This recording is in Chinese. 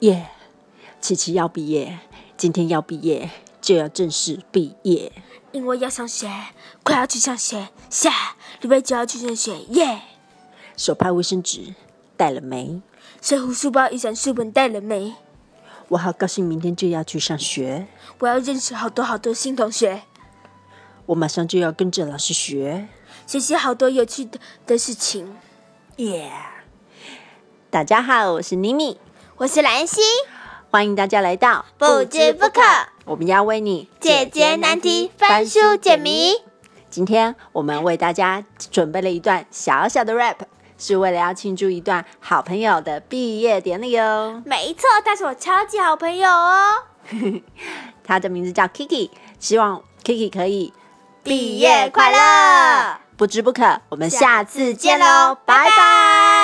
耶、琪琪要毕业，今天要毕业，就要正式毕业。因为要上学，快要去上学，下礼拜就要去上学，耶！手帕、卫生纸带了没？水壶、书包、雨伞、书本带了没？我好高兴，明天就要去上学，我要认识好多好多新同学，我马上就要跟着老师学。学习好多有趣的的事情。耶、大家好，我是妮米，我是兰心，欢迎大家来到不知不可，我们要为你解决难题，翻书解谜。。今天我们为大家准备了一段小小的 rap，是为了要庆祝一段好朋友的毕业典礼哦。没错，他是我超级好朋友哦。她的名字叫 Kiki，希望 Kiki 可以毕业快乐，不知不可。我们下次次见见喽喽，，拜拜